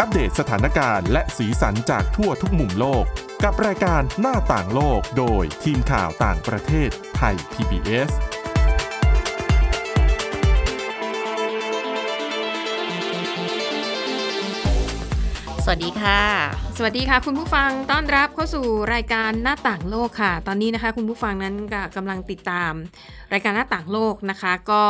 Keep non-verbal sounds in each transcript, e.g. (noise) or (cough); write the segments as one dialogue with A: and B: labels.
A: อัปเดตสถานการณ์และสีสันจากทั่วทุกมุมโลก กับรายการหน้าต่างโลกโดยทีมข่าวต่างประเทศไทย PBS
B: สวัสดีค่ะ
C: สวัสดีค่ะ คุณผู้ฟังต้อนรับเข้าสู่รายการหน้าต่างโลกค่ะ ตอนนี้นะคะ คุณผู้ฟังนั้นก็กำลังติดตาม รายการหน้าต่างโลกนะคะ ก็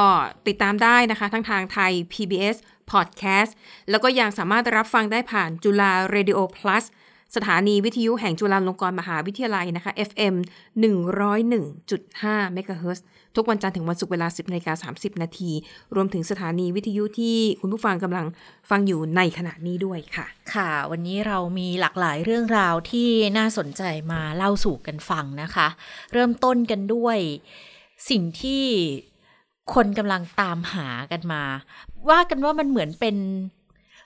C: ติดตามได้นะคะทั้งทางไทย PBS Podcast แล้วก็ยังสามารถรับฟังได้ผ่านจุฬา Radio Plus สถานีวิทยุแห่งจุฬาลงกรณ์มหาวิทยาลัยนะคะ FM 101.5 MHz ทุกวันจันทร์ถึงวันศุกร์เวลา 10นาฬิกา30 นาที รวมถึงสถานีวิทยุที่คุณผู้ฟังกำลังฟังอยู่ในขณะนี้ด้วยค่ะ
B: ค่ะ วันนี้เรามีหลากหลายเรื่องราวที่น่าสนใจมาเล่าสู่กันฟังนะคะ เริ่มต้นกันด้วยสิ่งที่คนกำลังตามหากันมา ว่ากันว่ามันเหมือนเป็น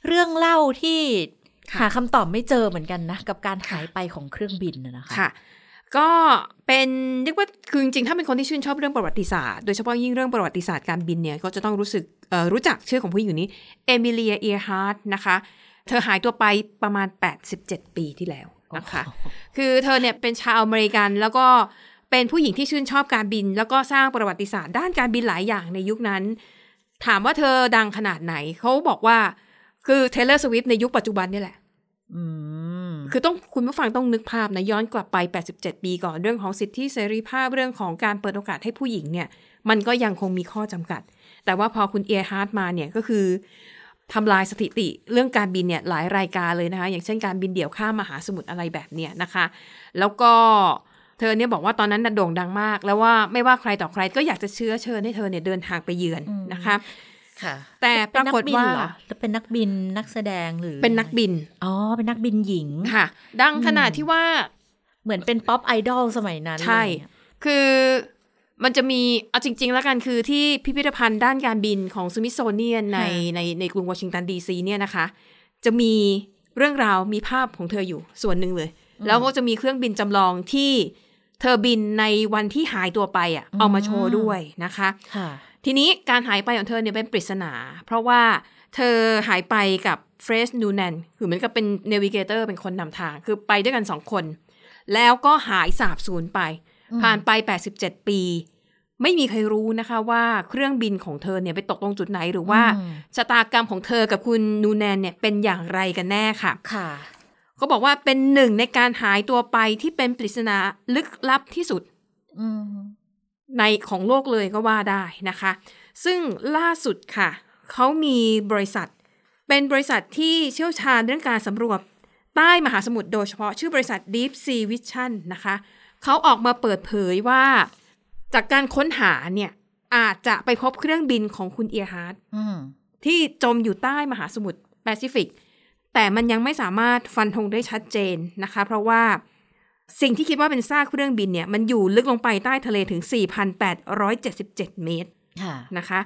B: เรื่องเล่าที่
C: ค่ะ
B: หาคำตอบไม่เจอเหมือนกันนะ กับการหายไปของเครื่องบินน่ะนะคะ
C: ค่ะ ก็เป็นเรียกว่าคือจริงๆถ้าเป็นคนที่ชื่นชอบเรื่องประวัติศาสตร์โดยเฉพาะยิ่งเรื่องประวัติศาสตร์การบินเนี่ยก็จะต้องรู้สึกเอ่อรู้จักชื่อของผู้หญิงคนนี้เอมิเลียเอียฮาร์ดนะคะ เธอหายตัวไปประมาณ 87 ปีที่แล้วนะคะ คือเธอเนี่ยเป็นชาวอเมริกันแล้วก็เป็นผู้หญิงที่ชื่นชอบการบิน แล้วก็สร้างประวัติศาสตร์ด้านการบินหลายอย่างในยุคนั้น ถามว่าเธอดังขนาดไหนเขาบอกว่าคือเทเลอร์สวิฟในยุคปัจจุบันนี่แหละ
B: อืม
C: คือต้องคุณผู้ฟังต้องนึกภาพนะ ย้อนกลับไป 87 ปีก่อนเรื่องของสิทธิเสรีภาพเรื่องของการเปิดโอกาสให้ผู้หญิงเนี่ย มันก็ยังคงมีข้อจำกัด แต่ว่าพอคุณเอียฮาร์ดมาเนี่ยก็คือทำลายสถิติเรื่องการบินเนี่ยหลายรายการเลยนะคะ อย่างเช่นการบินเดี่ยวข้ามมหาสมุทรอะไรแบบเนี้ยนะคะ แล้วก็เธอเนี่ยบอกว่าตอนนั้นน่ะโด่งดังมาก แล้วว่าไม่ว่าใครต่อใครก็อยากจะเชื้อเชิญให้เธอเนี่ยเดินทางไปเยือน
B: อืม
C: นะคะ
B: ค่ะ
C: แต่ปรากฏว่า
B: เป็นนักบินเหรอหรือเป็นนักบินนักแสดงหรือ
C: เป็นนักบิน
B: อ๋อ เป็นนักบินหญิง
C: ค่ะ ดังขนาดที่ว่า
B: เหมือนเป็นป๊อปไอดอลสมัยนั้น
C: ใช่
B: เลยอะ
C: คือมันจะมี เอาจริง ๆ แล้วกันคือที่พิพิธภัณฑ์ด้านการบินของสมิ t โซเนียนในในในกรุงวอชิงตันดีซีเนี่ยนะคะ จะมีเรื่องราวมีภาพของเธออยู่ส่วนหนึ่งเลย แล้วก็จะมีเครื่องบินจำลองที่เธอบินในวันที่หายตัวไปอ่ะเอามาโชว์ด้วยนะคะ
B: ค่ะ
C: ทีนี้การหายไปของเธอเนี่ยเป็นปริศนา เพราะว่าเธอหายไปกับเฟรชนูแนนคือเหมือนกับเป็นเนวิเกเตอร์เป็นคนนำทาง คือไปด้วยกันสองคน แล้วก็หายสาบสูญไป ผ่านไป 87 ปี ไม่มีใครรู้นะคะว่าเครื่องบินของเธอเนี่ยไปตกตรงจุดไหนหรือว่า
B: อืม
C: ชะตากรรมของเธอกับคุณนูแนนเนี่ยเป็นอย่างไรกันแน่ค่ะ
B: ค่ะ
C: ก็บอกว่าเป็นหนึ่งในการหายตัวไปที่เป็นปริศนาลึกลับที่สุด
B: อืม
C: ในของโลกเลยก็ว่าได้นะคะ ซึ่งล่าสุดค่ะ เขามีบริษัท เป็นบริษัทที่เชี่ยวชาญเรื่องการสำรวจใต้มหาสมุทรโดยเฉพาะชื่อบริษัท Deep Sea Vision นะคะ เขาออกมาเปิดเผยว่า จากการค้นหาเนี่ย อาจจะไปพบเครื่องบินของคุณเอียฮาร์ด
B: อืม
C: ที่จมอยู่ใต้มหาสมุทรแปซิฟิก แต่มันยังไม่สามารถฟันธงได้ชัดเจนนะคะ เพราะว่า สิ่งที่คิดว่าเป็นซากเครื่องบินเนี่ย มันอยู่ลึกลงไปใต้ทะเลถึง 4,877 เมตร
B: ค่ะ
C: นะคะ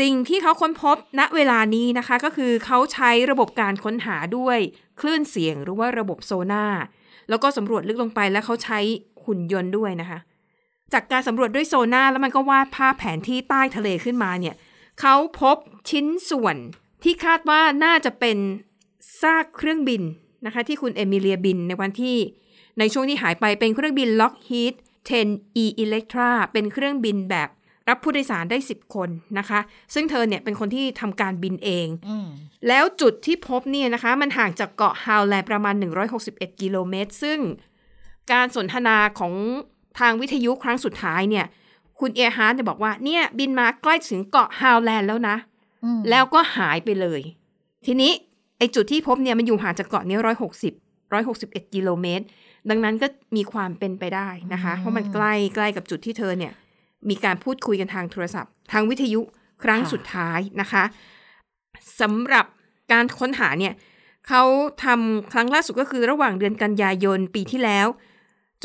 C: สิ่งที่เขาค้นพบณเวลานี้นะคะ ก็คือเขาใช้ระบบการค้นหาด้วยคลื่นเสียงหรือว่าระบบโซน่าร์แล้วก็สำรวจลึกลงไปแล้วเขาใช้หุ่นยนต์ด้วยนะคะ จากการสำรวจด้วยโซน่าร์แล้วมันก็วาดภาพแผนที่ใต้ทะเลขึ้นมาเนี่ยเขาพบชิ้นส่วนที่คาดว่าน่าจะเป็นซากเครื่องบินนะคะ ที่คุณเอมิเลียบินในวันที่ ในช่วงที่หายไปเป็นเครื่องบิน Lockheed 10E Electra เป็นเครื่องบินแบบรับผู้โดยสารได้ 10 คนนะคะ ซึ่งเธอเนี่ยเป็นคนที่ทำการบินเอง
B: อืม
C: แล้วจุดที่พบเนี่ยนะคะ มันห่างจากเกาะฮาวแลนด์ประมาณ 161 กิโลเมตร ซึ่งการสนทนาของทางวิทยุครั้งสุดท้ายเนี่ย คุณเอฮาร์ดเนี่ยบอกว่าเนี่ยบินมาใกล้ถึงเกาะฮาวแลนด์แล้วนะ
B: อืม
C: แล้วก็หายไปเลย ทีนี้ไอจุดที่พบเนี่ยมันอยู่ห่างจากเกาะนี้ร้อยหกสิบร้อยหกสิบเอ็ดกิโลเมตร ดังนั้นก็มีความเป็นไปได้นะคะ
B: อืม
C: เพราะมันใกล้ใกล้กับจุดที่เธอเนี่ย มีการพูดคุยกันทางโทรศัพท์ ทางวิทยุครั้ง
B: ค่ะ
C: สุดท้ายนะคะสำหรับการค้นหาเนี่ยเขาทำครั้งล่าสุดก็คือระหว่างเดือนกันยายนปีที่แล้ว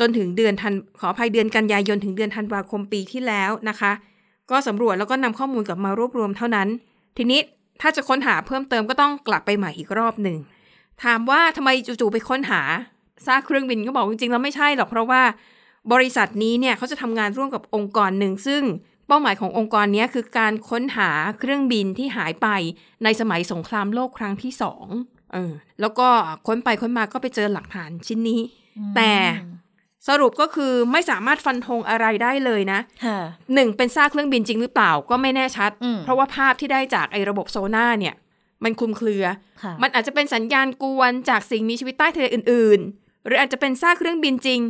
C: จนถึงเดือนธันขออภัยเดือนกันยายนถึงเดือนธันวาคมปีที่แล้วนะคะ ก็สำรวจแล้วก็นำข้อมูลกลับมารวบรวมเท่านั้น ทีนี้ถ้าจะค้นหาเพิ่มเติมก็ต้องกลับไปใหม่อีกรอบหนึ่ง ถามว่าทำไมจู่ๆไปค้นหาซากเครื่องบินก็บอกจริงๆแล้วไม่ใช่หรอกเพราะว่าบริษัทนี้เนี่ยเขาจะทำงานร่วมกับองค์กรหนึ่ง ซึ่งเป้าหมายขององค์กรเนี้ยคือการค้นหาเครื่องบินที่หายไปในสมัยสงครามโลกครั้งที่สอง เออแล้วก็ค้นไปค้นมาก็ไปเจอหลักฐานชิ้นนี้
B: อืม
C: แต่ สรุปก็คือไม่สามารถฟันธงอะไรได้เลยนะ
B: ค่ะ
C: หนึ่งเป็นซากเครื่องบินจริงหรือเปล่าก็ไม่แน่ชัด
B: อืม
C: เพราะว่าภาพที่ได้จากไอ้ระบบโซน่าเนี่ย มันคลุมเครือ
B: ค่ะ
C: มันอาจจะเป็นสัญญาณกวนจากสิ่งมีชีวิตใต้ทะเลอื่นๆ หรืออาจจะเป็นซากเครื่องบินจริง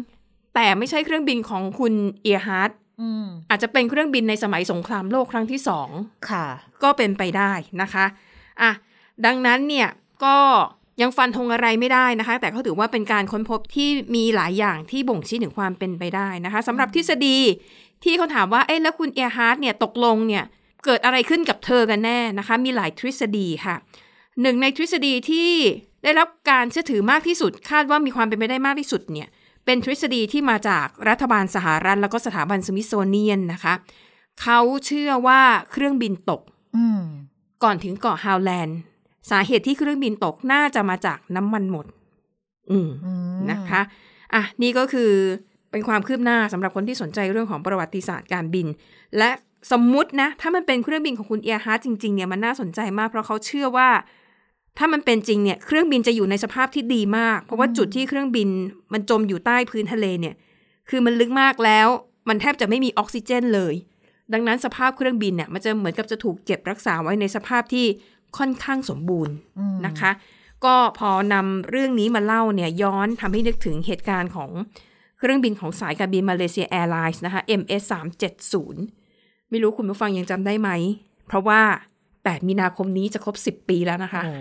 C: แต่ไม่ใช่เครื่องบินของคุณเอียฮาร์ด
B: อืม
C: อาจจะเป็นเครื่องบินในสมัยสงครามโลกครั้งที่สอง
B: ค่ะ
C: ก็เป็นไปได้นะคะอ่ะดังนั้นเนี่ยก็ยังฟันธงอะไรไม่ได้นะคะ แต่ก็ถือว่าเป็นการค้นพบที่มีหลายอย่างที่บ่งชี้ถึงความเป็นไปได้นะคะสำหรับทฤษฎีที่เขาถามว่าเอ๊ะแล้วคุณเอียฮาร์ดเนี่ยตกลงเนี่ยเกิดอะไรขึ้นกับเธอกันแน่นะคะ มีหลายทฤษฎีค่ะ หนึ่งในทฤษฎีที่ได้รับการเชื่อถือมากที่สุด คาดว่ามีความเป็นไปได้มากที่สุดเนี่ยเป็นทฤษฎีที่มาจากรัฐบาลสหรัฐ แล้วก็สถาบันสมิธโซเนียนนะคะเขาเชื่อว่าเครื่องบินตก
B: อืม
C: ก่อนถึงเกาะฮาวแลนด์สาเหตุที่เครื่องบินตกน่าจะมาจากน้ำมันหมด อืม
B: อืม
C: นะคะอ่ะนี่ก็คือเป็นความคืบหน้าสำหรับคนที่สนใจเรื่องของประวัติศาสตร์การบิน และสมมุตินะ ถ้ามันเป็นเครื่องบินของคุณเอียฮาร์ทจริงๆเนี่ยมันน่าสนใจมาก เพราะเขาเชื่อว่า ถ้ามันเป็นจริงเนี่ยเครื่องบินจะอยู่ในสภาพที่ดีมาก เพราะว่าจุดที่เครื่องบินมันจมอยู่ใต้พื้นทะเลเนี่ย คือมันลึกมากแล้ว มันแทบจะไม่มีออกซิเจนเลย ดังนั้นสภาพเครื่องบินเนี่ยมันจะเหมือนกับจะถูกเก็บรักษาไว้ในสภาพที่ค่อนข้างสมบูรณ์
B: อืม
C: นะคะก็พอนำเรื่องนี้มาเล่าเนี่ยย้อนทำให้นึกถึงเหตุการณ์ของเครื่องบินของสายการบินมาเลเซียแอร์ไลน์นะคะ MS 3 7 0ไม่รู้คุณผู้ฟังยังจำได้ไหม เพราะว่า 8 มีนาคมนี้จะครบ 10 ปีแล้วนะคะ
B: โอ้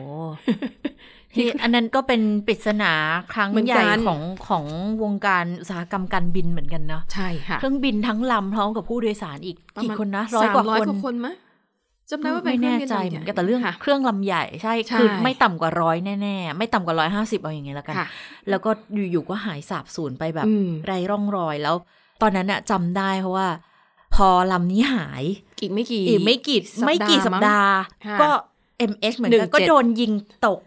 B: ที่อันนั้นก็เป็นปริศนาครั้ง
C: เหมือน
B: ใหญ่
C: กัน
B: ของของวงการอุตสาหกรรมการบินเหมือนกันเนาะ
C: ใช่ค่ะ
B: เครื่องบินทั้งลำพร้อมกับผู้โดยสารอีกกี่คนนะร้อย
C: สม
B: กว่าคน
C: คนมะจำได้ว่าเป็น
B: ไม่
C: เครื่อ
B: แน่
C: งบิน
B: ใจ
C: ลำ
B: เห
C: ใญ่
B: มือนกันแต่เรื่อง
C: ค่ะ
B: เครื่องลำใหญ่ใช่
C: ใช่
B: คือไม่ต่ำกว่าร้อยแน่ๆ ไม่ต่ำกว่าร้อยห้าสิบเอาอย่างเงี้ยแล้วกัน
C: ค่ะ
B: แล้วก็อยู่ๆก็หายสาบสูญไปแบบ
C: อืม
B: ไร้ร่องรอยแล้ว ตอนนั้นอะจำได้เพราะว่า พอลำนี้หาย
C: อีกไม่กี่
B: อีกไม่กี่
C: สัปดาห์
B: ไม่กี่สัปดาห์
C: มั้ง
B: ก็ MS เหมือน
C: หนึ่
B: กั
C: ง
B: น
C: เจ็ด
B: ก็โดนยิงตก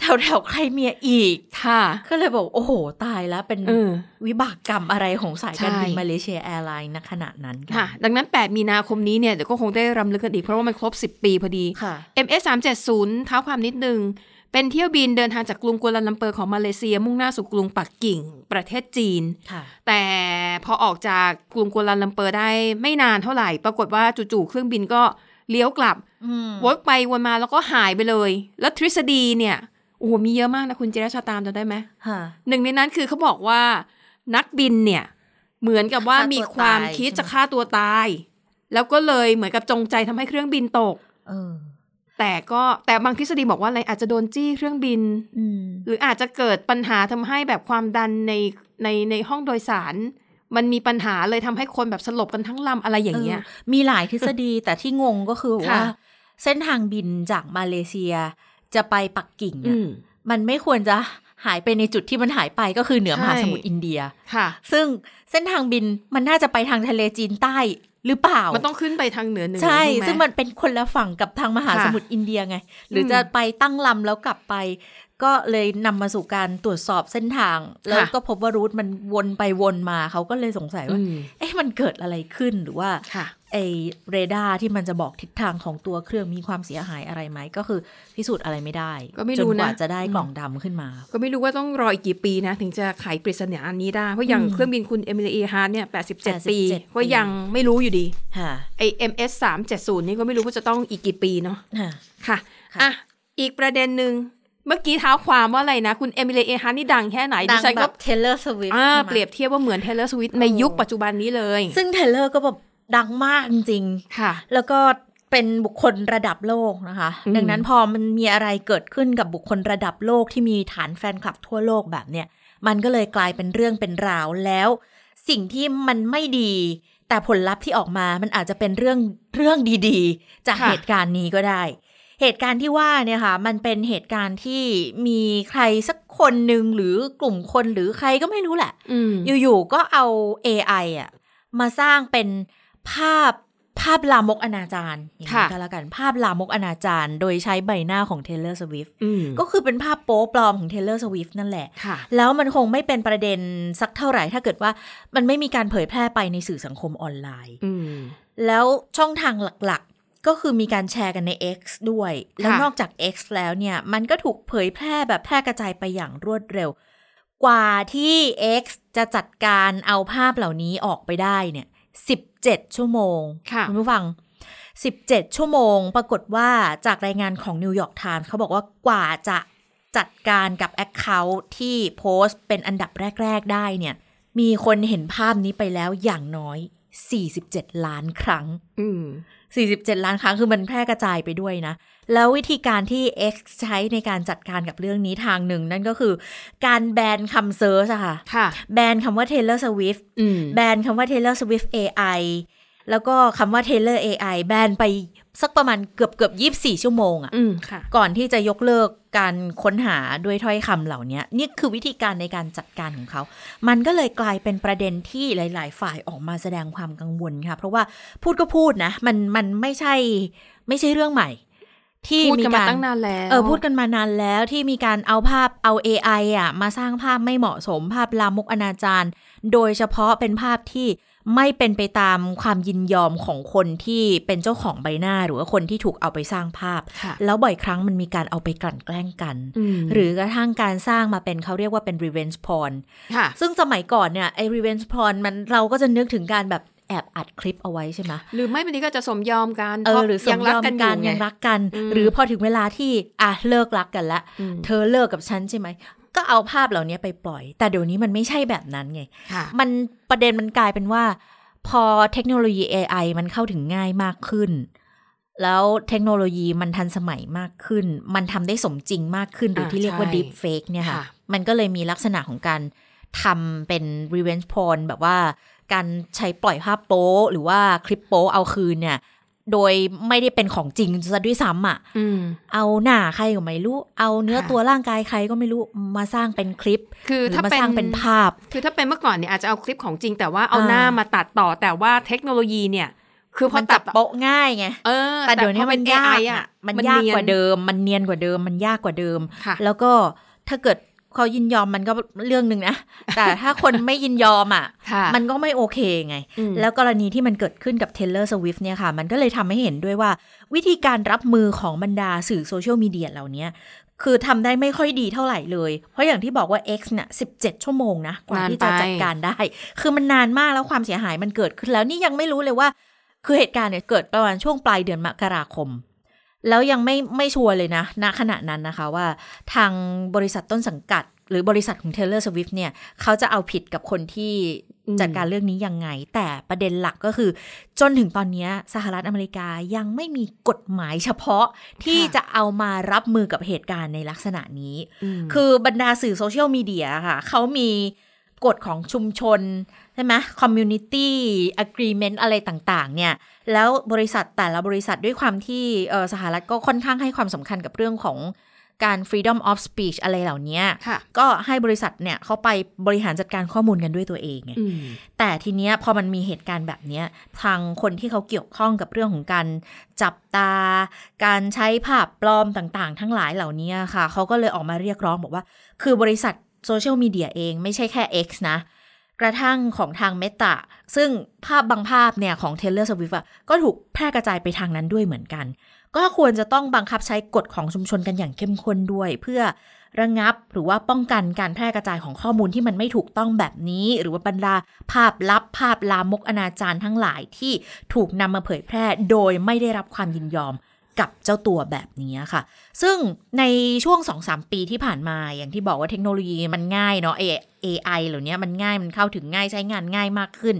B: แถวแถวๆใครเมียอีก (laughs)
C: ค่ะ
B: ก็เลยบอก โอ้โห ตายแล้วเป็น
C: เออ
B: วิบากกรรมอะไรของสายการบิน
C: ใช่
B: มาเลเซียแอร์ไลน์ณขณะนั้น
C: ค่ะ ดังนั้น 8 มีนาคมนี้เนี่ยเดี๋ยวก็คงได้รำลึกกันอีกเพราะว่ามันครบ 10 ปีพอดี
B: ค่ะ
C: MS 370เท้าความนิดนึง เป็นเที่ยวบินเดินทางจากกรุงกัวลาลัมเปอร์ของมาเลเซีย มุ่งหน้าสู่กรุงปักกิ่ง ประเทศจีน
B: ค่ะ
C: แต่พอออกจากกรุงกัวลาลัมเปอร์ได้ไม่นานเท่าไหร่ ปรากฏว่าจู่ๆเครื่องบินก็เลี้ยวกลับ
B: อืม
C: วกไปวนมาแล้วก็หายไปเลย แล้วทฤษฎีเนี่ยโอ้โหมีเยอะมากนะคุณเจรชาตามจำได้ไหม
B: ค่ะ
C: หนึ่งในนั้นคือเขาบอกว่านักบินเนี่ยเหมือนกับว่า
B: ฆ่าตัว
C: มีความ
B: ตาย
C: คิด
B: ใช่ไหม
C: จะฆ่าตัวตาย แล้วก็เลยเหมือนกับจงใจทำให้เครื่องบินตก
B: เออ
C: แต่ก็แต่บางทฤษฎีบอกว่าอะไรอาจจะโดนจี้เครื่องบิน
B: อืม
C: หรืออาจจะเกิดปัญหาทำให้แบบความดันในในในห้องโดยสาร มันมีปัญหาเลยทำให้คนแบบสลบกันทั้งลำอะไรอย่างเงี้ย
B: เออมีหลายทฤษฎี
C: (laughs)
B: แต่ที่งงก็คือว่า
C: ค่ะ
B: เส้นทางบินจากมาเลเซียจะไปปักกิ่งเนี่ย
C: ม
B: มันไม่ควรจะหายไปในจุดที่มันหายไปก็คือเหนือ
C: ใช่
B: มหาสมุทรอินเดีย
C: ค่ะ
B: ซึ่งเส้นทางบินมันน่าจะไปทางทะเลจีนใต้หรือเปล่า
C: มันต้องขึ้นไปทางเหนือเหนือ
B: ใช่
C: ถูกไห
B: ซึ่งมันเป็นคนละฝั่งกับทางมหา
C: ค่ะ
B: สมุทรอินเดียไง หรืออ
C: ม
B: จะไปตั้งลำแล้วกลับไป ก็เลยนำมาสู่การตรวจสอบเส้นทาง แล้ว
C: ค่ะ
B: ก็พบว่ารูทมันวนไปวนมาเขาก็เลยสงสัยว่า
C: อืม
B: เอ๊ะมันเกิดอะไรขึ้นหรือว่า
C: ค่ะ
B: ไอเรดาร์ที่มันจะบอกทิศทางของตัวเครื่องมีความเสียหายอะไรไหม ก็คือพิสูจน์อะไรไม่ได้
C: ก็ไม่
B: จ
C: รู้
B: น
C: นะ
B: กว่าจะได้
C: อืม
B: กล่องดำขึ้นมา
C: ก็ไม่รู้ว่าต้องรออีกกี่ปีนะ ถึงจะไขปริศนาอันนี้ได้ เพราะอย่าง
B: อืม
C: เครื่องบินคุณเอมิลีฮาร์ดเนี่ย87 ปี
B: 87
C: ก็ยังไม่รู้อยู่ดี
B: ค่ะ
C: ไอเอ็มเอสสามเจ็ดศูนย์นี่ก็ไม่รู้ว่าจะต้องอีกกี่ปีเนาะ
B: ค่ะ
C: ค่ะ
B: ค่ะ
C: อ่ะ อีกประเด็นหนึ่ง เมื่อกี้เท้าความว่าอะไรนะ คุณเอมิเลเอฮันนี่ดังแค่ไหนดิ
B: ดัง
C: ฉัน
B: แบ
C: ก็
B: บเทเลอร์สวิฟ
C: อ่าเปรียบเทียบว่าเหมือนเทเลอร์สวิตในยุคปัจจุบันนี้เลย
B: ซึ่งเทเลอร์ก็แบบดังมากจริง
C: ค่ะ
B: ๆแล้วก็เป็นบุคคลระดับโลกนะคะ
C: อืม
B: ดังนั้นพอมันมีอะไรเกิดขึ้นกับบุคคลระดับโลกที่มีฐานแฟนคลับทั่วโลกแบบเนี้ยมันก็เลยกลายเป็นเรื่องเป็นราวแล้ว สิ่งที่มันไม่ดี แต่ผลลัพธ์ที่ออกมามันอาจจะเป็นเรื่องเรื่องดีๆ จาก
C: ค่ะ
B: เหตุการณ์นี้ก็ได้ เหตุการณ์ที่ว่าเนี่ยค่ะ มันเป็นเหตุการณ์ที่มีใครสักคนหนึ่งหรือกลุ่มคนหรือใครก็ไม่รู้แหละ
C: อืม
B: อยู่ๆก็เอา AI อะมาสร้างเป็นภาพภาพลามกอนาจารอย่างนี้
C: ค่ะ
B: ก็แล้วกันภาพลามกอนาจารโดยใช้ใบหน้าของ Taylor Swift
C: อืม
B: ก็คือเป็นภาพโป๊ปลอมของ Taylor Swift นั่นแหละ
C: ค่ะ
B: แล้วมันคงไม่เป็นประเด็นสักเท่าไหร่ ถ้าเกิดว่ามันไม่มีการเผยแพร่ไปในสื่อสังคมออนไลน์
C: อืม
B: แล้วช่องทางหลัก ก็คือมีการแชร์กันใน X ด้วย แล้วนอกจาก X แล้วเนี่ย มันก็ถูกเผยแพร่แบบแพร่กระจายไปอย่างรวดเร็ว กว่าที่ X จะจัดการเอาภาพเหล่านี้ออกไปได้เนี่ย 17 ชั่วโมง
C: ค่ะ
B: ณผู้ฟัง 17 ชั่วโมง ปรากฏว่าจากรายงานของ New York Times เขาบอกว่ากว่าจะจัดการกับ Account ที่โพสต์เป็นอันดับแรก ๆ ได้เนี่ย มีคนเห็นภาพนี้ไปแล้วอย่างน้อย 47 ล้านครั้ง
C: อืม
B: 47 ล้านครั้งคือมันแพร่กระจายไปด้วยนะ แล้ววิธีการที่ X ใช้ในการจัดการกับเรื่องนี้ทางหนึ่ง นั่นก็คือการแบนคำเซิร์ชอะค่ะ
C: ค่ะ
B: แบนคำว่า Taylor Swift
C: อืม
B: แบนคำว่า Taylor Swift AI แล้วก็คำว่า Taylor AI แบนไปสักประมาณเกือบเกือบๆ24 ชั่วโมงอะ
C: อืม ค่ะ
B: ก่อนที่จะยกเลิกการค้นหาด้วยถ้อยคำเหล่านี้นี่คือวิธีการในการจัดการของเขา มันก็เลยกลายเป็นประเด็นที่หลาย ๆ ฝ่ายออกมาแสดงความกังวลค่ะ เพราะว่าพูดก็พูดนะ มันมันไม่ใช่ไม่ใช่เรื่องใหม่ ที่
C: พูดกัน
B: มี
C: มาร ตั้งนานแล้ว
B: เออพูดกันมานานแล้วที่มีการเอาภาพเอา AI อ่ะมาสร้างภาพไม่เหมาะสมภาพลามกอนาจารโดยเฉพาะเป็นภาพที่ไม่เป็นไปตามความยินยอมของคนที่เป็นเจ้าของใบหน้า หรือว่าคนที่ถูกเอาไปสร้างภาพ
C: ค่ะ
B: แล้วบ่อยครั้งมันมีการเอาไปกลั่นแกล้งกัน
C: ม
B: หรือกระทั่งการสร้างมาเป็นเขาเรียกว่าเป็น revenge porn
C: ค่ะ
B: ซึ่งสมัยก่อนเนี่ยไอ้ revenge porn มันเราก็จะนึกถึงการแบบแอบอัดคลิปเอาไว้ใช่ไหม
C: หรือไม่บางทีก็จะสมยอมกัน
B: เออ
C: พราะ
B: หรือส
C: ยัง
B: ม
C: รั
B: ย
C: ก
B: อม
C: กันอ
B: กั
C: ยู่
B: น
C: ไง
B: ยังรักกัน
C: อืม
B: หรือพอถึงเวลาที่อ่ะเลิกรักกันละ
C: อืม
B: เธอเลิกกับฉันใช่ไหม ก็เอาภาพเหล่านี้ไปปล่อย แต่เดี๋ยวนี้มันไม่ใช่แบบนั้นไง
C: ค่ะ
B: มันประเด็นมันกลายเป็นว่า พอเทคโนโลยี AI มันเข้าถึงง่ายมากขึ้น แล้วเทคโนโลยีมันทันสมัยมากขึ้น มันทำได้สมจริงมากขึ้นหรือ
C: อ่า
B: ที่เรียกว่า
C: ใช่
B: deep fake เนี่ยค่ะ
C: ค่ะ
B: มันก็เลยมีลักษณะของการทำเป็น revenge porn แบบว่าการใช้ปล่อยภาพโป๊หรือว่าคลิปโป๊เอาคืนเนี่ย โดยไม่ได้เป็นของจริงซะด้วยซ้ำอ่ะ
C: อืม
B: เอาหน้าใครก็ไม่รู้ เอาเนื้อ
C: ค่ะ
B: ตัวร่างกายใครก็ไม่รู้มาสร้างเป็นคลิป
C: คือ
B: หรือ
C: ถ้า
B: มา
C: เป็
B: ส
C: น
B: ร้างเป็นภาพ
C: คือถ้าเป็นเมื่อก่อนเนี่ยอาจจะเอาคลิปของจริง แต่ว่าเอา
B: อ่า
C: หน้ามาตัดต่อแต่ว่าเทคโนโลยีเนี่ย คือพอ
B: มัน
C: ตั
B: จั
C: ด
B: บโป๊ะง่ายไง
C: เออ
B: แต่เดี๋ยวนี้
C: พอ
B: มั
C: เป็น น
B: ยาก
C: AI
B: อะ
C: อ่ะ
B: มันยากกว่า
C: นีน
B: เดิม มันเนียนกว่าเดิม มันยากกว่าเดิม
C: ค่ะ
B: แล้วก็ถ้าเกิดเขายินยอมมันก็เรื่องหนึ่งนะ แต่ถ้าคนไม่ยินยอมอ่ะ
C: ค่ะ
B: มันก็ไม่โอเคไง
C: อืม
B: แล้วกรณีที่มันเกิดขึ้นกับ Taylor Swift เนี่ยค่ะ มันก็เลยทำให้เห็นด้วยว่า วิธีการรับมือของบรรดาสื่อโซเชียลมีเดียเหล่านี้คือทำได้ไม่ค่อยดีเท่าไหร่เลย เพราะอย่างที่บอกว่า X เนี่ย17 ชั่วโมงนะ กว่าน
C: าน
B: ที่จะ
C: ไป
B: จัดการได้ คือมันนานมากแล้วความเสียหายมันเกิดขึ้นแล้วนี่ยังไม่รู้เลยว่า คือเหตุการณ์เนี่ยเกิดประมาณช่วงปลายเดือนมกราคม แล้วยังไม่ไม่ชัวร์เลยนะ ณขณะนั้นนะคะว่า ทางบริษัทต้นสังกัด หรือบริษัทของ Taylor Swift เนี่ย เขาจะเอาผิดกับคนที่
C: อืม
B: จัดการเรื่องนี้ยังไง แต่ประเด็นหลักก็คือ จนถึงตอนเนี้ยสหรัฐอเมริกายังไม่มีกฎหมายเฉพาะที่จะเอามารับมือกับเหตุการณ์ในลักษณะนี้
C: ม
B: คือบรรดาสื่อโซเชียลมีเดียค่ะ เขามีกฎของชุมชน ใช่ไหมคอมมูนิตี้อะกร e เมนต์อะไรต่างๆ เนี่ย แล้วบริษัทแต่ละบริษัทด้วยความที่เอ่อสหรัฐก็ค่อนข้างให้ความสำคัญกับเรื่องของการ freedom of speech อะไรเหล่านี้
C: ค่ะ
B: ก็ให้บริษัทเนี่ยเขาไปบริหารจัดการข้อมูลกันด้วยตัวเองไง
C: อืม
B: แต่ทีเนี้ยพอมันมีเหตุการณ์แบบเนี้ยทางคนที่เขาเกี่ยวข้องกับเรื่องของการจับตา การใช้ภาพปลอมต่างๆ ทั้งหลายเหล่านี้ค่ะ เขาก็เลยออกมาเรียกร้องบอกว่า คือบริษัทโซเชียลมีเดียเองไม่ใช่แค่ X นะ กระทั่งของทางเมตาซึ่งภาพบางภาพเนี่ยของ Taylor Swift อะก็ถูกแพร่กระจายไปทางนั้นด้วยเหมือนกัน ก็ควรจะต้องบังคับใช้กฎของชุมชนกันอย่างเข้มข้นด้วย เพื่อระงับหรือว่าป้องกันการแพร่กระจายของข้อมูลที่มันไม่ถูกต้องแบบนี้ หรือว่าบรรดาภาพลับภาพลามกอนาจารทั้งหลายที่ถูกนำมาเผยแพร่โดยไม่ได้รับความยินยอมกับเจ้าตัวแบบนี้ค่ะ ซึ่งในช่วง 2-3 ปีที่ผ่านมาอย่างที่บอกว่าเทคโนโลยีมันง่ายเนาะ A- AI เหล่านี้มันง่ายมันเข้าถึงง่ายใช้งานง่ายมากขึ้น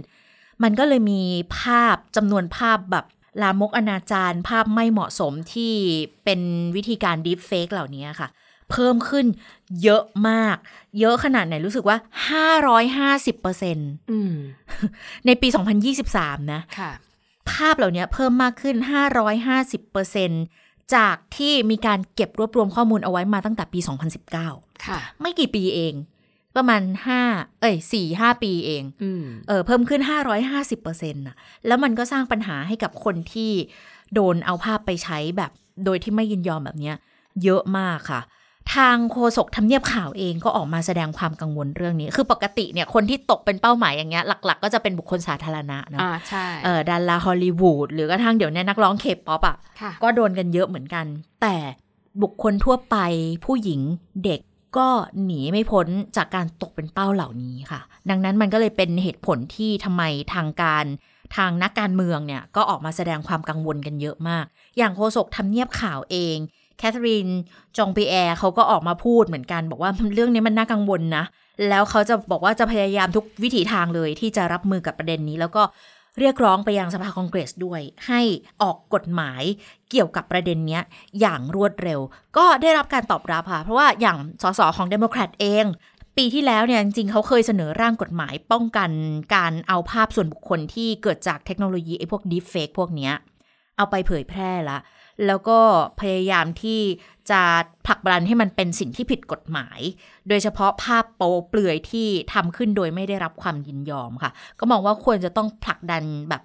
B: มันก็เลยมีภาพจำนวนภาพแบบลามกอนาจารภาพไม่เหมาะสมที่เป็นวิธีการ deep fake เหล่านี้ค่ะ เพิ่มขึ้นเยอะมาก เยอะขนาดไหนรู้สึกว่า 550%
C: อืม
B: ในปี 2023 นะ
C: ค่ะ
B: ภาพเหล่านี้เพิ่มมากขึ้น 550%จากที่มีการเก็บรวบรวมข้อมูลเอาไว้มาตั้งแต่ปี 2019
C: ค่ะ
B: ไม่กี่ปีเอง ประมาณ 5 เอ้ย 4-5 ปีเอง
C: อืม
B: เออเพิ่มขึ้น 550%น่ะ แล้วมันก็สร้างปัญหาให้กับคนที่โดนเอาภาพไปใช้แบบ โดยที่ไม่ยินยอมแบบเนี้ย เยอะมากค่ะ ทางโฆษกทำเนียบข่าวเองก็ออกมาแสดงความกังวลเรื่องนี้ คือปกติเนี่ยคนที่ตกเป็นเป้าหมายอย่างเงี้ยหลัก ๆ ก็จะเป็นบุคคลสาธารณะเนาะ
C: อ่าใช่
B: เออดาราฮอลลีวูดหรือกระทั่งเดี๋ยวเนี้นักร้องเคป๊อปอ่ะ
C: ค่ะ
B: ก็โดนกันเยอะเหมือนกัน แต่บุคคลทั่วไปผู้หญิงเด็กก็หนีไม่พ้นจากการตกเป็นเป้าเหล่านี้ค่ะ ดังนั้นมันก็เลยเป็นเหตุผลที่ทำไมทางการทางนักการเมืองเนี่ย ก็ออกมาแสดงความกังวลกันเยอะมาก อย่างโฆษกทำเนียบข่าวเองแคทเธอรีนจองปีแอร์เขาก็ออกมาพูดเหมือนกัน บอกว่าเรื่องนี้มันน่ากังวลนะ แล้วเขาจะบอกว่าจะพยายามทุกวิถีทางเลยที่จะรับมือกับประเด็นนี้ แล้วก็เรียกร้องไปยังสภาคองเกรสด้วย ให้ออกกฎหมายเกี่ยวกับประเด็นเนี้ยอย่างรวดเร็ว ก็ได้รับการตอบรับค่ะเพราะว่าอย่างสสของเดโมแครตเอง ปีที่แล้วเนี่ยจริงๆเขาเคยเสนอร่างกฎหมายป้องกันการเอาภาพส่วนบุคคลที่เกิดจากเทคโนโลยีไอ้พวกดีเฟกพวกเนี้ยเอาไปเผยแพร่ละ แล้วก็พยายามที่จะผลักดันให้มันเป็นสิ่งที่ผิดกฎหมาย โดยเฉพาะภาพโป๊เปลือยที่ทำขึ้นโดยไม่ได้รับความยินยอมค่ะ ก็มองว่าควรจะต้องผลักดันแบบ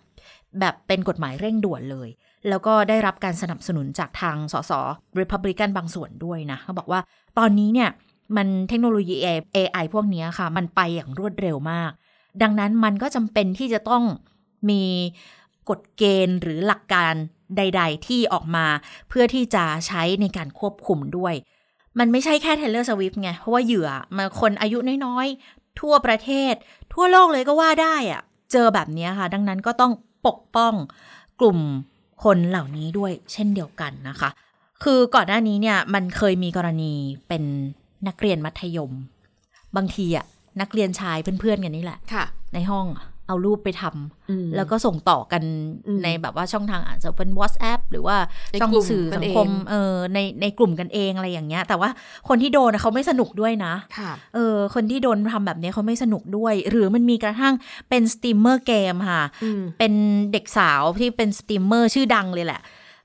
B: แบบเป็นกฎหมายเร่งด่วนเลย แล้วก็ได้รับการสนับสนุนจากทางสส Republican บางส่วนด้วยนะเขาบอกว่าตอนนี้เนี่ยมันเทคโนโลยี AI AI พวกเนี้ยค่ะ มันไปอย่างรวดเร็วมาก ดังนั้นมันก็จำเป็นที่จะต้องมีกฎเกณฑ์หรือหลักการใด ๆ ที่ออกมา เพื่อที่จะใช้ในการควบคุมด้วย มันไม่ใช่แค่เทเลอร์สวิฟไง เพราะว่าเหยื่อมาคนอายุน้อยๆ ทั่วประเทศ ทั่วโลกเลยก็ว่าได้อะเจอแบบเนี้ยค่ะ ดังนั้นก็ต้องปกป้องกลุ่มคนเหล่านี้ด้วยเช่นเดียวกันนะคะ คือก่อนหน้านี้เนี่ยมันเคยมีกรณีเป็นนักเรียนมัธยม บางทีอะนักเรียนชายเพื่อนๆกันนี่แหละ
C: ค่ะ
B: ในห้องอะเอารูปไปทำ
C: อืม
B: แล้วก็ส่งต่อกัน
C: อืม
B: ในแบบว่าช่องทางอาจจะเป็น WhatsApp หรือว่า
C: ใน
B: ช่อง
C: กลุ่ม
B: สื่อสังคม
C: กันเอง
B: เออในในกลุ่มกันเองอะไรอย่างเงี้ย แต่ว่าคนที่โดนอะเขาไม่สนุกด้วยนะ
C: ค่ะ
B: เออคนที่โดนทำแบบเนี้ยเขาไม่สนุกด้วย หรือมันมีกระทั่งเป็นสตรีมเมอร์เกมค่ะ
C: อืม
B: เป็นเด็กสาวที่เป็นสตรีมเมอร์ชื่อดังเลยแหละ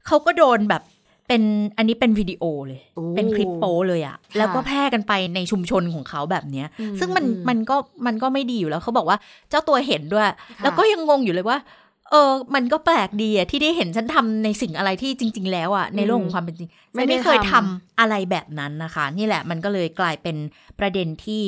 B: เขาก็โดนแบบเป็นอันนี้เป็นวิดีโอเลย
C: โอ้
B: เป็นคลิปโป้เลยอะ
C: ค่ะ
B: แล้วก็แพร่กันไปในชุมชนของเขาแบบเนี้ย
C: อืม
B: ซึ่งมัน
C: อืม
B: มันก็มันก็ไม่ดีอยู่แล้วเขาบอกว่าเจ้าตัวเห็นด้วย
C: ะ
B: แล้วก็ยังงงอยู่เลยว่า เออ มันก็แปลกดีอะที่ได้เห็นฉันทำในสิ่งอะไรที่จริง ๆ แล้วอะในโลกของความเป็นจริง
C: ไม่
B: ฉัน
C: ได้
B: ไม่เคยท
C: ทำ
B: ำอะไรแบบนั้นนะคะ นี่แหละมันก็เลยกลายเป็นประเด็นที่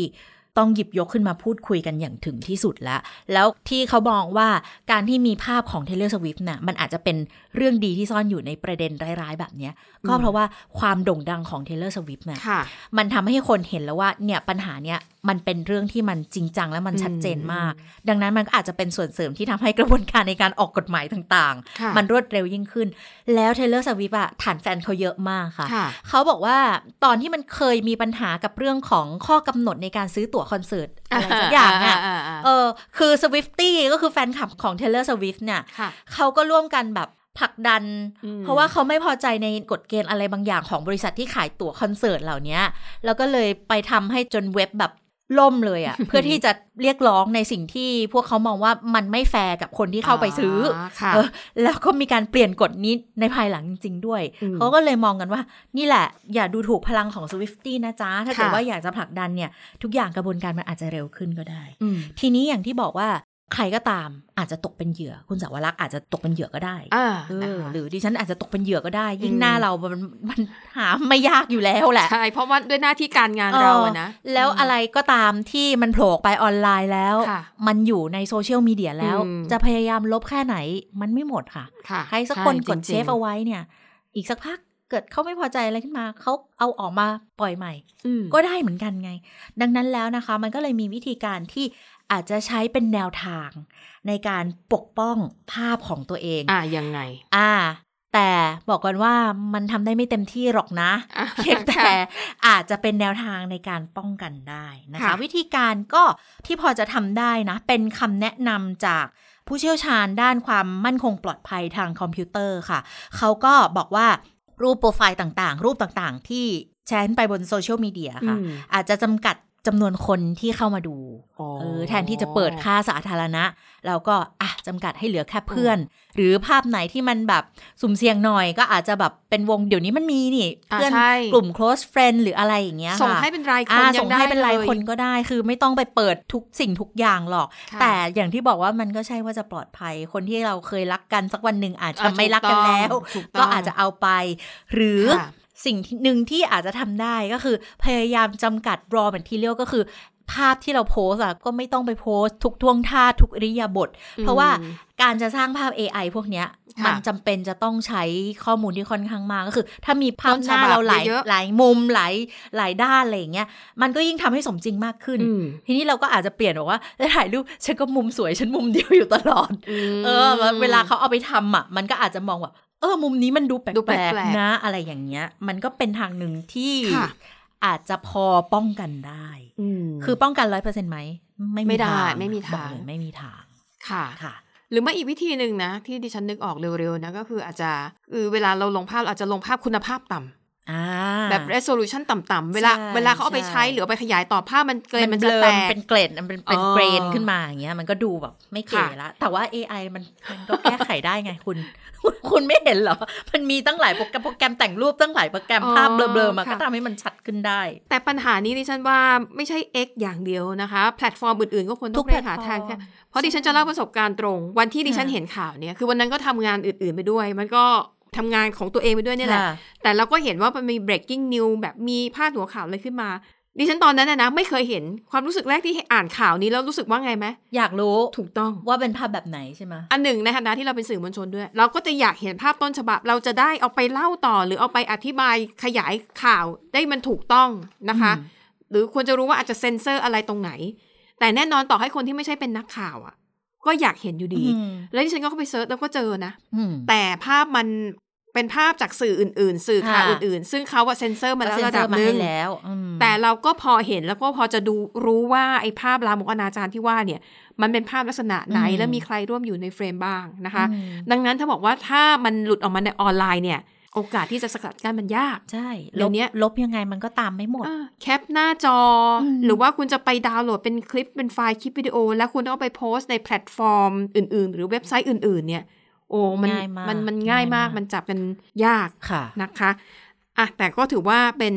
B: ต้องหยิบยกขึ้นมาพูดคุยกันอย่างถึงที่สุดแล้ว แล้วที่เขาบอกว่าการที่มีภาพของเทเลอร์สวิฟต์น่ะมันอาจจะเป็นเรื่องดีที่ซ่อนอยู่ในประเด็นร้ายๆ แบบเนี้ย ก็เพราะว่าความโด่งดังของเทเลอร์สวิฟต์น่ะ
C: ค่ะ
B: มันทำให้คนเห็นแล้วว่าเนี่ยปัญหาเนี่ยมันเป็นเรื่องที่มันจริงจังและมันชัดเจนมาก ดังนั้นมันก็อาจจะเป็นส่วนเสริมที่ทำให้กระบวนการในการออกกฎหมายต่าง
C: ค่ะ
B: ๆ มันรวดเร็วยิ่งขึ้น แล้วเทเลอร์สวิฟอะฐานแฟนเขาเยอะมากค่ะ
C: ค่ะ
B: เขาบอกว่าตอนที่มันเคยมีปัญหากับเรื่องของข้อกำหนดในการซื้อตั๋วคอนเสิร์ตอะไรสักอย่างอะเออคือสวิฟตี้ก็คือแฟนคลับของเทเลอร์สวิฟเนี่ย
C: ค่ะ
B: เขาก็ร่วมกันแบบผลักดัน
C: อืม
B: เพราะว่าเขาไม่พอใจในกฎเกณฑ์อะไรบางอย่างของบริษัทที่ขายตั๋วคอนเสิร์ตเหล่านี้แล้วก็เลยไปทำให้จนเว็บแบบล่มเลย
C: (laughs)
B: อะ่ะ เพื่อที่จะเรียกร้องในสิ่งที่พวกเขามองว่ามันไม่แฟร์กับคนที่เข้าไปซื้ออ
C: ค่ะ
B: เออแล้วก็มีการเปลี่ยนกฎนี้ในภายหลังจริง ๆ ด้วย
C: อืม
B: เขาก็เลยมองกันว่า นี่แหละ อย่าดูถูกพลังของ Swift นะจ๊ะ ถ้าเกิด
C: ค่ะ
B: ว่าอยากจะผลักดันเนี่ย ทุกอย่างกระบวนการมันอาจจะเร็วขึ้นก็ได้
C: อืม
B: ทีนี้อย่างที่บอกว่าใครก็ตามอาจจะตกเป็นเหยื่อ คุณสาวรักษ์อาจจะตกเป็นเหยื่อก็ได้
C: อ่า
B: เอ
C: นะ
B: อ
C: คะ
B: หรือดิฉันอาจจะตกเป็นเหยื่อก็ได้ ยิ่ง
C: อืม
B: หน้าเรามันมันหาไม่ยากอยู่แล้วแหละ
C: ใช่เพราะว่าด้วยหน้าที่การงานเราอะนะ
B: เออแล้วอะไรก็ตามที่มันโผล่ออกไปออนไลน์แล้ว
C: ค่ะ
B: มันอยู่ในโซเชียลมีเดียแล้ว
C: อืม
B: จะพยายามลบแค่ไหนมันไม่หมดค่ะ
C: ค่ะ
B: ใครสักคน
C: ช่
B: กด
C: จ
B: เซ
C: ริง
B: ฟ
C: ๆ
B: เอาไว้เนี่ย อีกสักพักเกิดเขาไม่พอใจอะไรขึ้นมาเขาเอาออกมาปล่อยใหม่
C: อืม
B: ก็ได้เหมือนกันไง ดังนั้นแล้วนะคะ มันก็เลยมีวิธีการที่อาจจะใช้เป็นแนวทาง ในการปกป้องภาพของตัวเอง
C: อ่ายังไง
B: อ่า แต่บอกก่อนว่ามันทำได้ไม่เต็มที่หรอกนะ
C: (laughs) อ่า
B: เพียงแต่
C: ค่ะ
B: อาจจะเป็นแนวทางในการป้องกันได้นะคะ
C: ค่ะ
B: วิธีการก็ที่พอจะทำได้นะ เป็นคำแนะนำจากผู้เชี่ยวชาญด้านความมั่นคงปลอดภัยทางคอมพิวเตอร์ค่ะ เขาก็บอกว่ารูปโปรไฟล์ต่างๆ รูปต่างๆ ที่แชร์ขึ้นไปบนโซเชียลมีเดียค่ะ
C: อืม
B: อาจจะจำกัดจำนวนคนที่เข้ามาดู
C: อ๋อ
B: เออแทนที่จะเปิดค่าสาธารณะ เราก็อ่ะจำกัดให้เหลือแค่เพื่อน หรือภาพไหนที่มันแบบสุ่มเสี่ยงหน่อยก็อาจจะแบบเป็นวงเดี๋ยวนี้มันมีนี่
C: อ่ะ
B: เพื่น
C: ใช่
B: กลุ่ม close friend หรืออะไรอย่างเงี้ย
C: ส่ง
B: ค่ะ
C: ให้เป็นรายค
B: อ่าน ส่ง
C: ยั
B: ให้เป็นราย
C: ล
B: คนก็ได้ คือไม่ต้องไปเปิดทุกสิ่งทุกอย่างหรอก
C: ค่ะ
B: แต่อย่างที่บอกว่ามันก็ใช่ว่าจะปลอดภัย คนที่เราเคยรักกันสักวันหนึ่งอาจจะ
C: อ่ะ
B: ไม่รักกันแล้ว
C: ถูกต้องถูกต้อง
B: ก็อาจจะเอาไป หรือ
C: ค่ะ
B: สิ่งที่หนึ่งที่อาจจะทำได้ก็คือ พยายามจำกัด raw material ก็คือ ภาพที่เราโพสต์อะก็ไม่ต้องไปโพสต์ทุกท่วงท่าทุกอริยาบท เพราะว่าการจะสร้างภาพ AI พวกเนี้ย
C: ค่ะ
B: มันจำเป็นจะต้องใช้ข้อมูลที่ค่อนข้างมากก็คือ ถ้ามีภาพหน้า
C: ต้นฉบับ
B: เราหลาย
C: เยอะๆ
B: หลายมุมหลายหลายด้านอะไรอย่างเงี้ยมันก็ยิ่งทำให้สมจริงมากขึ้น
C: อืม
B: ทีนี้เราก็อาจจะเปลี่ยนบอกว่าจะถ่ายรูปฉันก็มุมสวยฉันมุมเดียวอยู่ตลอด
C: ม
B: เออแล้วเวลาเขาเอาไปทำอ่ะ มันก็อาจจะมองว่าเออมุมนี้มันดูแป
C: ดูแป
B: ล
C: ล
B: ก
C: ก
B: ๆ
C: ๆ
B: นะ อะไรอย่างเงี้ย มันก็เป็นทางหนึ่งที่
C: ค่ะ
B: อาจจะพอป้องกันได้
C: ม
B: คือป้องกันร้อยเปอร์เซ็นต์ไหม
C: ไม่ได้
B: ทาง
C: ไม่มีทาง
B: บอกเลยไม่มีทาง
C: ค่ะ
B: ค่ะ
C: หรือไม่อีกวิธีหนึ่งนะ ที่ดิฉันนึกออกเร็วๆนะก็คืออาจจะคือเวลาเราลงภาพเราอาจจะลงภาพคุณภาพต่ำ
B: อ่า
C: แบบ resolution ต่ำๆเวลา
B: ใช่
C: เวลาเขาเอาไป
B: ใช่
C: ใช้หรือเอาไปขยายต่อภาพมันเกรนมันจะ
B: เบลอ
C: แต
B: มัน
C: ก
B: เป็นเกรดมันเป็นเป็น
C: อ๋อ
B: เกรนขึ้นมาอย่างเงี้ย มันก็ดูแบบไม่เก๋
C: ค่ะ
B: ละแต่ว่า AI มันมันก็แก้ไขได้ไงคุณ (laughs) คุณคุณไม่เห็นเหรอ มันมีตั้งหลายโปรแกรมโปรแกรมแต่งรูปตั้งหลายโปรแกรมภาพเบลอๆมาก็ทำให้มันชัดขึ้นได้
C: แต่ปัญหานี้ดิฉันว่าไม่ใช่ X อย่างเดียวนะคะ แพลตฟอร์มอื่นๆ ก็ควรต้อง
B: ทุก
C: เร่งหาทาง
B: แพลตฟอร์ม
C: เพราะดิฉันจะเล่าประสบการณ์ตรง วันที่ดิฉัน
B: ค่ะ
C: เห็นข่าวเนี่ยคือวันนั้นก็ทำงานอื่นๆไปด้วย มันก็ทำงานของตัวเองไปด้วยเนี่ยแหละ
B: ค่
C: แต่เราก็เห็นว่ามันมี breaking news แบบมีพาดหัวข่าวอะไรขึ้นมา ดิฉันตอนนั้นนะนะไม่เคยเห็นความรู้สึกแรกที่อ่านข่าวนี้แล้วรู้สึกว่าไงไหม
B: อยากรู้
C: ถูกต้อง
B: ว่าเป็นภาพแบบไหนใช่ไหม
C: อันหนึ่งในฐานะที่เราเป็นสื่อมวลชนด้วย เราก็จะอยากเห็นภาพต้นฉบับ เราจะได้เอาไปเล่าต่อ หรือเอาไปอธิบายขยายข่าวได้มันถูกต้องนะคะ หรือควรจะรู้ว่าอาจจะเซ็นเซอร์อะไรตรงไหน แต่แน่นอนต่อให้คนที่ไม่ใช่เป็นนักข่าวอะ่ะ ก็อยากเห็นอยู่ดี
B: อืม
C: แล้วที่ฉันก็เข้าไปเซิร์ชแล้วก็เจอนะ
B: อืม
C: แต่ภาพมันเป็นภาพจากสื่ออื่น ๆ สื่อข่าว
B: ค่ะ
C: อื่นๆ ซึ่งเขาว่าเซ็นเซอร์มาแล้วระ
B: ก็เซ็น
C: ดับ
B: เซอมา
C: หนึ่ง
B: ให้แล้วอืม
C: แต่เราก็พอเห็นแล้วก็พอจะดูรู้ว่าไอ้ภาพลามกอนาจารที่ว่าเนี่ย มันเป็นภาพลักษณะไหนและมีใครร่วมอยู่ในเฟรมบ้างนะคะ
B: อืม
C: ดังนั้นถ้าบอกว่าถ้ามันหลุดออกมาในออนไลน์เนี่ย โอกาสที่จะสกัดกั้นมันยาก
B: ใช่ล
C: เดี๋ย
B: บ
C: วเนี้ย
B: ลบยังไงมันก็ตามไม่หมด
C: อ่าแคปหน้าจออ
B: ม
C: หรือว่าคุณจะไปดาวน์โหลดเป็นคลิปเป็นไฟล์คลิปวิดีโอ แล้วคุณต้องเอาไปโพสต์ในแพลตฟอร์มอื่น ๆ หรือเว็บไซต์อื่น ๆ เนี่ย โอ้มัน
B: ง่ายมาก
C: มันมันง่ายมากมันจับกันยาก
B: ค่ะ
C: นะคะอ่ะแต่ก็ถือว่าเป็น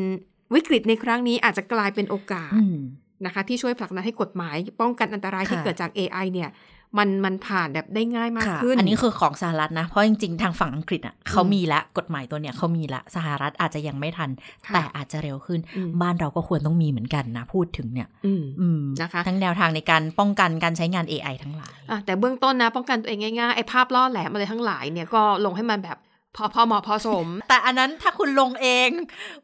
C: วิกฤตในครั้งนี้อาจจะกลายเป็นโอกาส
B: อืม
C: นะคะ ที่ช่วยผลักดันให้กฎหมาย ป้องกันอันตรายที่
B: ค่ะ
C: เกิดจาก AI เนี่ย มันมันผ่านแบบได้ง่ายมาก
B: ค่ะ
C: ขึ้น
B: อันนี้คือของสหรัฐนะ เพราะจริงๆ ทางฝั่งอังกฤษอ่ะเขามีละกฎหมายตัวเนี้ยเขามีละสหรัฐอาจจะยังไม่ทัน
C: ค่ะ
B: แต่อาจจะเร็วขึ้น
C: อืม
B: บ้านเราก็ควรต้องมีเหมือนกันนะ พูดถึงเนี่ย
C: อืม
B: อืม
C: นะคะ
B: ทั้งแนวทางในการป้องกันการใช้งาน AI ทั้งหลาย
C: อ่ะแต่เบื้องต้นนะป้องกันตัวเองง่ายๆไอ้ภาพล่อแหลมอะไรทั้งหลายเนี่ยก็ลงให้มันแบบพอพอเหมาะพอสม
B: แต่อันนั้นถ้าคุณลงเอง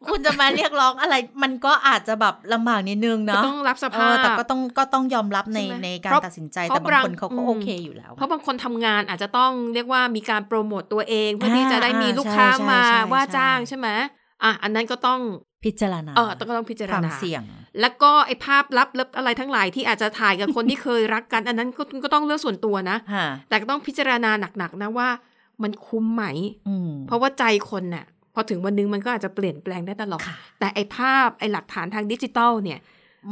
B: คุณจะมาเรียกร้องอะไร มันก็อาจจะแบบลำบากนิดนึงเนาะ
C: ก็ต้องรับสภาพ
B: เออแต่ก็ต้องก็ต้องยอมรับใน
C: ใช่ไหม
B: ในการ
C: เพราะ
B: ตัดสินใจ
C: เพราะ
B: แต่บางคนเขาก็
C: บาง
B: โอเคอยู่แล้ว
C: เพราะบางคนทำงานอาจจะต้องเรียกว่ามีการโปรโมตตัวเองเพื่อที่จะได้มีลูกค้า
B: อ่าใช่
C: มา
B: ใช่ใช่
C: ว่าจ้างใช่ไหมอ่ะอันนั้นก็ต้อง
B: พิจารณา
C: เออต้องก็ต้องพิจาร
B: ความ
C: ณา
B: เสี่ยง
C: แล้วก็ไอ้ภาพลับๆอะไรทั้งหลายที่อาจจะถ่ายกับคนที่เคยรักกัน อันนั้นก็ก็ต้องเลือกส่วนตัวนะ
B: ฮะ
C: แต่ก็ต้องพิจารณาหนักๆนะว่ามันคุ้มไหม
B: อืม
C: เพราะว่าใจคนน่ะพอถึงวันหนึงมันก็อาจจะเปลี่ยนแปลงได้ตลอด
B: ค่ะ
C: แต่ไอ้ภาพไอ้หลักฐานทางดิจิตอลเนี่ย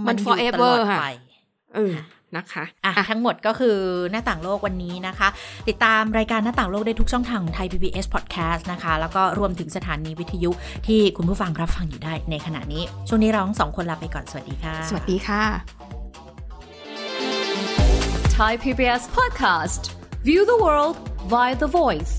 C: มัน
B: อยู่
C: forever
B: ตลอด
C: ค่ะ
B: ไป
C: เออนะคะ
B: อ่ะ
C: อ่ะ
B: ทั้งหมดก็คือหน้าต่างโลกวันนี้นะคะ ติดตามรายการหน้าต่างโลกได้ทุกช่องทางของไทย PBS Podcast นะคะ แล้วก็รวมถึงสถานีวิทยุที่คุณผู้ฟังรับฟังอยู่ได้ในขณะนี้ ช่วงนี้เราทั้งสองคนลาไปก่อนสวัสดีค่ะ
C: สวัสดีค่ะ
D: Thai PBS podcast. View the world via the voice.